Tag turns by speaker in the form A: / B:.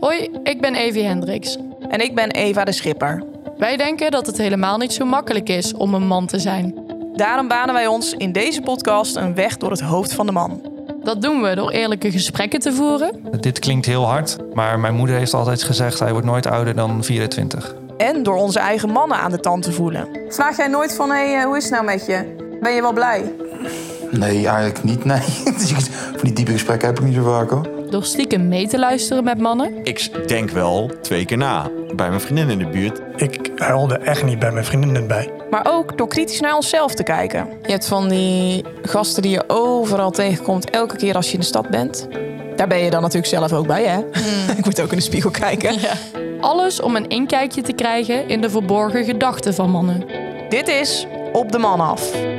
A: Hoi, ik ben Evie Hendricks.
B: En ik ben Eva de Schipper.
A: Wij denken dat het helemaal niet zo makkelijk is om een man te zijn.
B: Daarom banen wij ons in deze podcast een weg door het hoofd van de man.
A: Dat doen we door eerlijke gesprekken te voeren.
C: Dit klinkt heel hard, maar mijn moeder heeft altijd gezegd: hij wordt nooit ouder dan 24.
B: En door onze eigen mannen aan de tand te voelen. Vraag jij nooit van, hé, hoe is het nou met je? Ben je wel blij?
D: Nee, eigenlijk niet. Nee. Van Dus die diepe gesprekken heb ik niet zo vaak hoor.
A: Door stiekem mee te luisteren met mannen.
E: Ik denk wel twee keer na. Bij mijn vriendin in de buurt.
F: Ik huilde echt niet bij mijn vriendinnen bij.
B: Maar ook door kritisch naar onszelf te kijken. Je hebt van die gasten die je overal tegenkomt, elke keer als je in de stad bent. Daar ben je dan natuurlijk zelf ook bij, hè? ik moet ook in de spiegel kijken.
A: Alles om een inkijkje te krijgen in de verborgen gedachten van mannen.
B: Dit is Op de Man Af.